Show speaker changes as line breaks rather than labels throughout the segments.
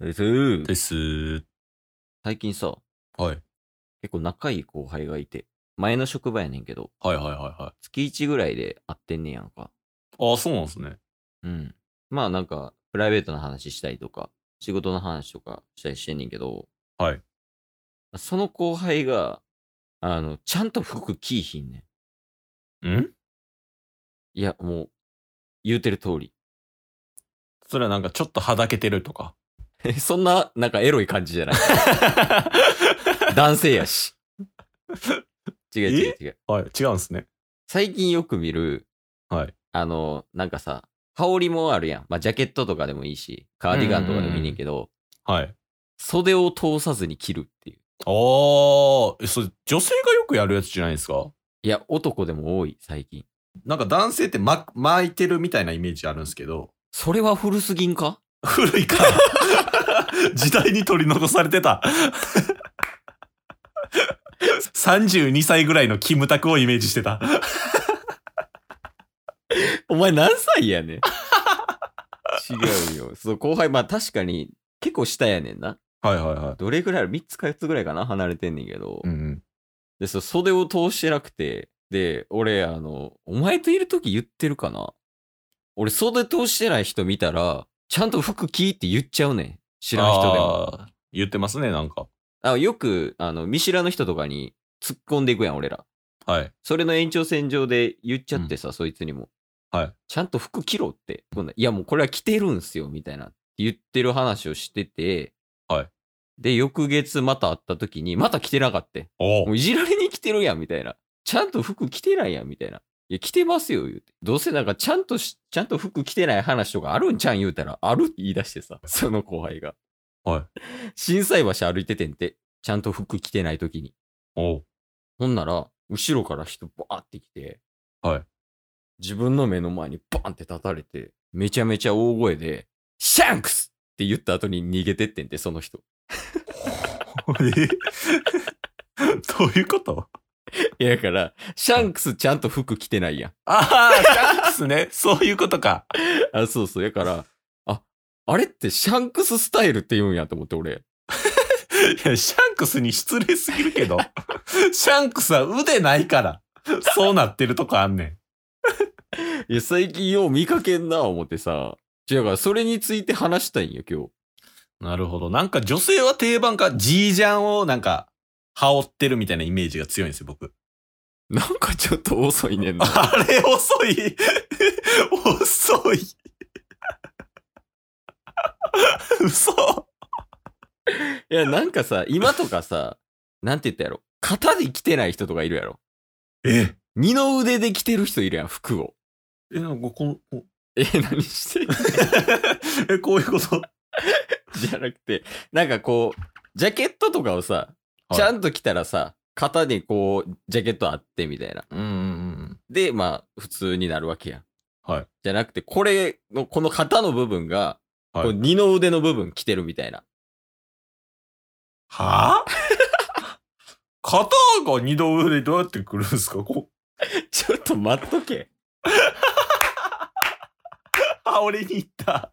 です
です。
最近さ、
はい。
結構仲いい後輩がいて、前の職場やねんけど、
はいはいはいは
月1ぐらいで会ってんねやんか。
い。ああ、そうなんですね。
うん。まあなんか、プライベートな話したりとか、仕事の話とかしたりしてんねんけど、
はい。
その後輩が、あの、ちゃんと服着いひんね
ん
ん。いや、もう、言うてる通り。
それはなんかちょっとはだけてるとか。
えそんな、なんかエロい感じじゃない男性や し。違う違う違う。
はい、違うんですね。
最近よく見る、
はい。
あの、なんかさ、羽織もあるやん。まあ、ジャケットとかでもいいし、カーディガンとかでもいいねんけど、
はい。
袖を通さずに着るっていう。
ああ、えそれ女性がよくやるやつじゃないですか
いや、男でも多い、最近。
なんか男性って、ま、巻いてるみたいなイメージあるんですけど。
それは古すぎんか
古いから 時代に取り残されてた。32歳ぐらいのキムタクをイメージしてた。
お前何歳やねん違うよ。そう、後輩、まあ確かに、結構下やねんな。
はいはいは
どれぐらいある ?3 つか4つぐらいかな離れてんねんけど。
うんうん。
で、そう、袖を通してなくて、で、俺、あの、お前といるとき言ってるかな俺、袖通してない人見たら、ちゃんと服着いって言っちゃうねん。知らん人でも。
あー言ってますね、なんか。
あよく、あの、見知らぬ人とかに突っ込んでいくやん、俺ら。
はい。
それの延長線上で言っちゃってさ、そいつにも。
はい。
ちゃんと服着ろって。こんな、いや、もうこれは着てるんすよ、みたいな。言ってる話をしてて。
はい。
で、翌月また会った時に、また着てなかった。
お
もういじられに来てるやん、みたいな。ちゃんと服着てないやん、みたいな。いや、着てますよ、言うて。どうせなんか、ちゃんとし、ちゃんと服着てない話とかあるんちゃうん言うたら、あるって言い出してさ、 その後輩が。。
はい
震災橋歩いててんて、ちゃんと服着てない時に。
お
ほんなら、後ろから人バーって来て、
はい。
自分の目の前にバーンって立たれて、めちゃめちゃ大声で、シャンクスって言った後に逃げてってんて、その人。
え どういうこと
いや、だから、シャンクスちゃんと服着てないやん。
ああ、シャンクスね。そういうことか。
あ、そうそう。だから、あ、あれってシャンクススタイルって言うんやと思って、俺。
いや、シャンクスに失礼すぎるけど。シャンクスは腕ないから。そうなってるとこあんねん。
いや、最近よう見かけんな、思ってさ。違うだから、それについて話したいんよ、今日。
なるほど。なんか女性は定番か、ジージャンをなんか、羽織ってるみたいなイメージが強いんですよ、僕。
なんかちょっと遅いねんな。
あれ、遅い。遅い。嘘。
いや、なんかさ、今とかさ、なんて言ったやろ。肩で着てない人とかいるやろ。
え
二の腕で着てる人いるやん、服を。
え、なんかこの、こ
え、何してんの
え、こういうこと
じゃなくて、なんかこう、ジャケットとかをさ、
はい
ちゃんと着たらさ、肩にこう、ジャケットあってみたいな。
うんうん
で、まあ、普通になるわけやん。
うん。はい。
じゃなくて、これの、この肩の部分が、
はい
こう二の腕の部分着てるみた いな。
はぁ 片が二度腕どうやってくるんですかこ
ちょっと待っとけ。
う、 あ、俺に言った。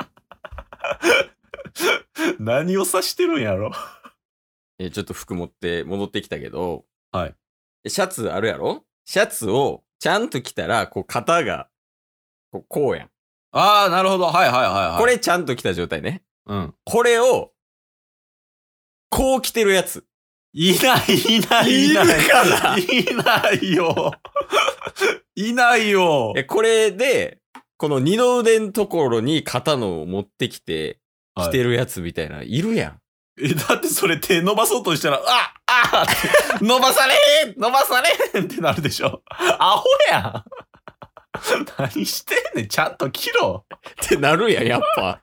何を指してるんやろ
え、ちょっと服持って戻ってきたけど、
はい
え。シャツあるやろシャツをちゃんと着たら、こう肩が、こうこうやん。
ああ、なるほど。はいはいはい、はい。
こ、れちゃんと着た状態ね。
うん。
これを、こう着てるやつ。
いない、いない、いない。
いるから
いないよ。 いないよ。
え、これで、この二の腕のところに肩のを持ってきて、着てるやつみたいな、いるやん。
え、だってそれ手伸ばそうとしたら、ああって伸ばされへん伸ばされへんってなるでしょ。アホやん 何してんねんちゃんと切ろ
ってなるやん、やっぱ。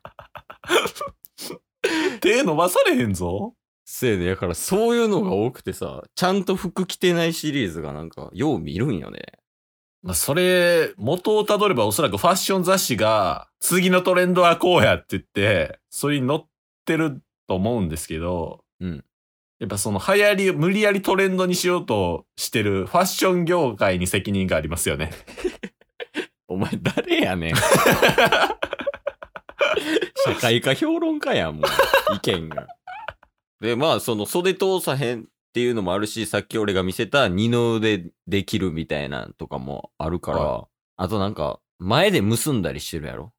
手伸ばされへんぞ
せいで、だからそういうのが多くてさ、ちゃんと服着てないシリーズがなんか、よう見るんよね。
まあ、それ、元をたどればおそらくファッション雑誌が、次のトレンドはこうやって言って、それに乗ってると思うんですけど、
うん
やっぱその流行りを無理やりトレンドにしようとしてるファッション業界に責任がありますよね。
お前誰やねん。社会科評論家やん、もう。意見が。で、まあ、その袖通さへんっていうのもあるし、さっき俺が見せた二の腕できるみたいなんとかもあるから、
は
あとなんか、前で結んだりしてるやろ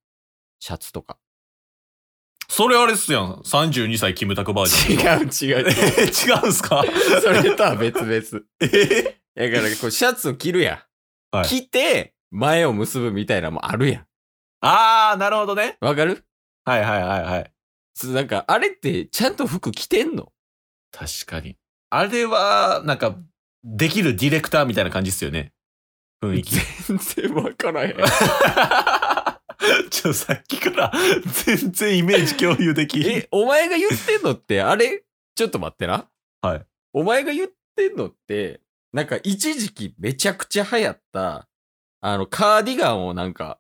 シャツとか。
それあれっすやん。32歳キムタクバージョン。
う違
えー 違うんすか
それとは別々。
えー
だから、こう、シャツを着るやん。
はい
着て、前を結ぶみたいなのもあるや
あー、なるほどね。
ん。わかる
はいはいはいはい。
つなんか、あれって、ちゃんと服着てんの
確かに。あれは、なんか、できるディレクターみたいな感じっすよね。雰囲気。
全然わ からへん。
ちょ、さっきから 全然イメージ共有できん
え、お前が言ってんのって、あれちょっと待ってな。
はい。
お前が言ってんのって、なんか一時期めちゃくちゃ流行った、あの、カーディガンをなんか、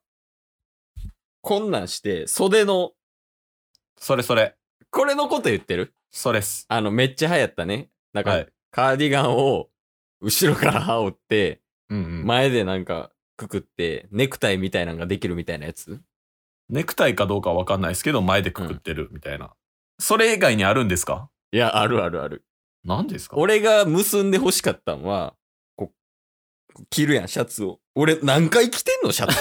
こんなんして、袖の、
それそれ。
これのこと言ってる
それっす。
あの、めっちゃ流行ったね。なんか、
はい。
カーディガンを後ろから羽織って、
うんうん。
前でなんかくくって、ネクタイみたいなのができるみたいなやつ
ネクタイかどうかはわかんないですけど、前でくくってるみたいな。それ以外にあるんですか
いや、あるあるある。
何ですか
俺が結んで欲しかったんは、こう、着るやん、シャツを。俺、何回着てんの、シャ ツ。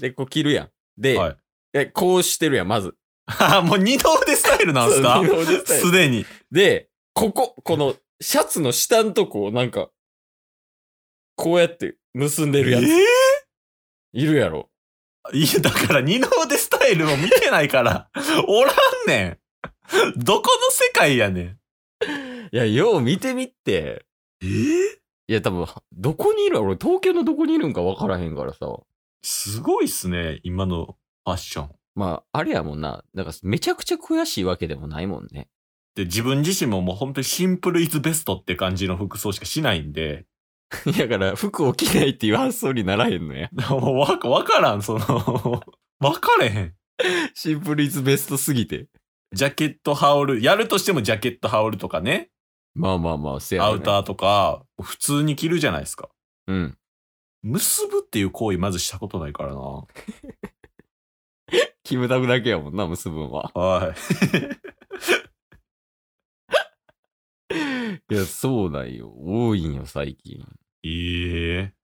で、こう着るやん。で、
はい
えこうしてるやん、まず。
あー もう二の腕スタイルなんすか
そう二の腕スタイル
すでに。
で、ここ、この、シャツの下のとこを、なんか、こうやって結んでるやつ、
え
いるやろ。
ーいや、だから二の腕スタイルを見てないから、 おらんねん。どこの世界やねん。
いや、よう見てみって。
え
いや、多分、どこにいる俺、東京のどこにいるんか分からへんからさ。
すごいっすね、今のファッション。
まあ、あれやもんな。だから、めちゃくちゃ悔しいわけでもないもんね。
で、自分自身ももう本当にシンプルイズベストって感じの服装しかしないんで、
いやだから、服を着ないっていう発想にならへんのや。
もうわ、わからん、その、 わかれへん。
シンプルイズベストすぎて。
ジャケット羽織る、やるとしてもジャケット羽織るとかね、
まあまあまあ、せや
ア
ろね
ウターとか、普通に着るじゃないですか。
うん。
結ぶっていう行為まずしたことないからな。
キムタクだけやもんな、結ぶんは。
はい。
いや、そうなんよ。多いんよ、最近。
ええ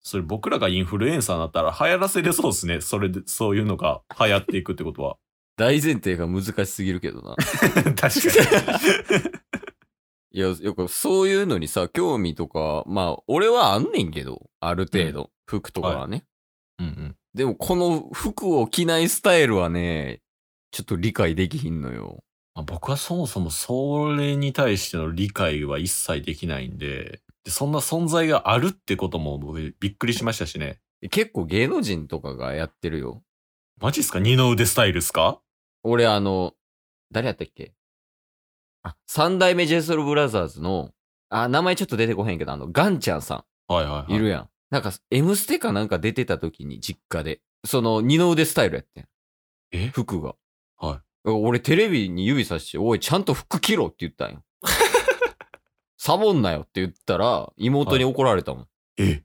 それ僕らがインフルエンサーになったら流行らせれそうですね。それで、そういうのが流行っていくってことは。
大前提が難しすぎるけどな。
確 かに。
いや、よくそういうのにさ、興味とか、まあ、俺はあんねんけど、ある程度、服とかはね。
うんうん。
でも、この服を着ないスタイルはね、ちょっと理解できひんのよ。
まあ僕はそもそもそれに対しての理解は一切できないんで、でそんな存在があるってことも僕びっくりしましたしね。
結構芸能人とかがやってるよ。
マジっすか二の腕スタイルっすか
俺あの、誰やったっけあ、三代目ジェイソルブラザーズの、あ、名前ちょっと出てこへんけど、あの、ガンちゃんさ
はいはいはい。
ん、いるやん。なんか、M ステかなんか出てた時に、実家で。その、二の腕スタイルやってん。
え
服が。。
はい
俺、テレビに指さして、おい、ちゃんと服着ろって言った んよ。サボんなよって言ったら、妹に怒られたもん。
え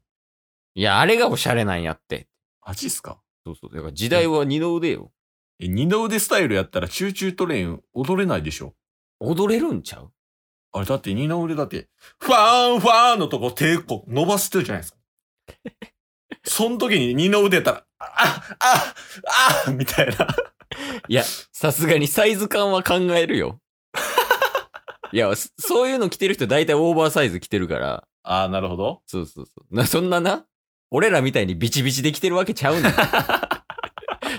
い、や、あれがおしゃれなんやって。
マジっすか
そうそう。だから、時代は二の腕よ。
え二の腕スタイルやったらチューチュートレイン踊れないでしょ
踊れるんちゃう
あれだって二の腕だって、ファーンファーンのとこ手こう伸ばしてるじゃないですか。その時に二の腕やったら、あ、あ、あ、みたいな。
さすがにサイズ感は考える よ。いや、そそういうの着てる人大体オーバーサイズ着てるから。
ああ、なるほど。
そうそうそう。な、そ んなな、俺らみたいにビチビチで着てるわけちゃうねん。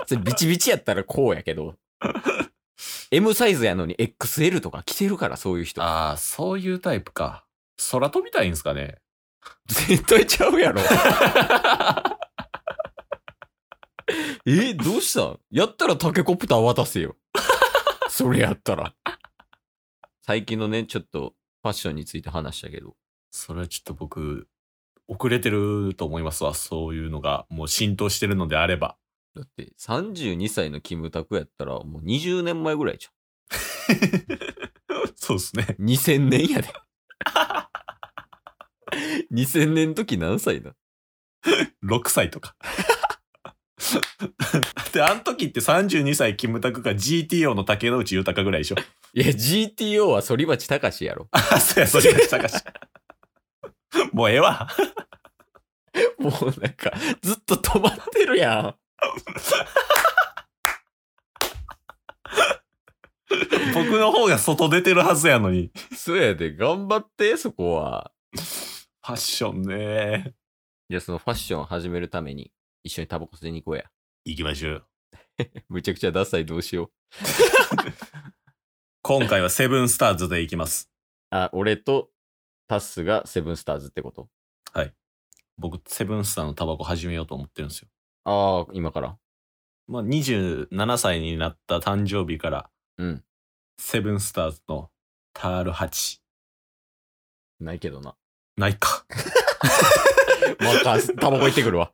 それビチビチやったらこうやけど。M サイズやのに XL とか着てるから、そういう人。
ああ、そういうタイプか。空飛びたいんですかね。
絶対ちゃうやろ。え、どうしたんやったらタケコプター渡せよ。それやったら。最近のね、ちょっとファッションについて話したけど。
それはちょっと僕、遅れてると思いますわ。そういうのが、もう浸透してるのであれ ば。
だって32歳のキムタクやったらもう20年前ぐらいじ
そうですね。
ゃん。2000年やで。2000年の時何歳だ
6歳とか。ってあの時って32歳キムタクか GTO の竹野内豊ぐらいでし ょ。
いや、GTO は反町隆史やろ。
あ、そうや、それが探し。もうええわ。
もうなんか、ずっと止まってるやん。
僕の方が外出てるはずやのに。
そうやで、頑張って、そこは。
ファッションね。
じゃあそのファッションを始めるために、一緒にタバコ吸いに行こうや。
行きましょう。
むちゃくちゃダサいどうしよう。
今回はセブンスターズで行きます。
あ、俺とタッスがセブンスターズってこと
僕、セブンスターのタバコ始めようと思ってるんですよ。
ああ、今から。
まあ、27歳になった誕生日から、
うん。
セブンスターズのタール8。
ないけどな。
ないか。
まあ、タバコ行ってくるわ。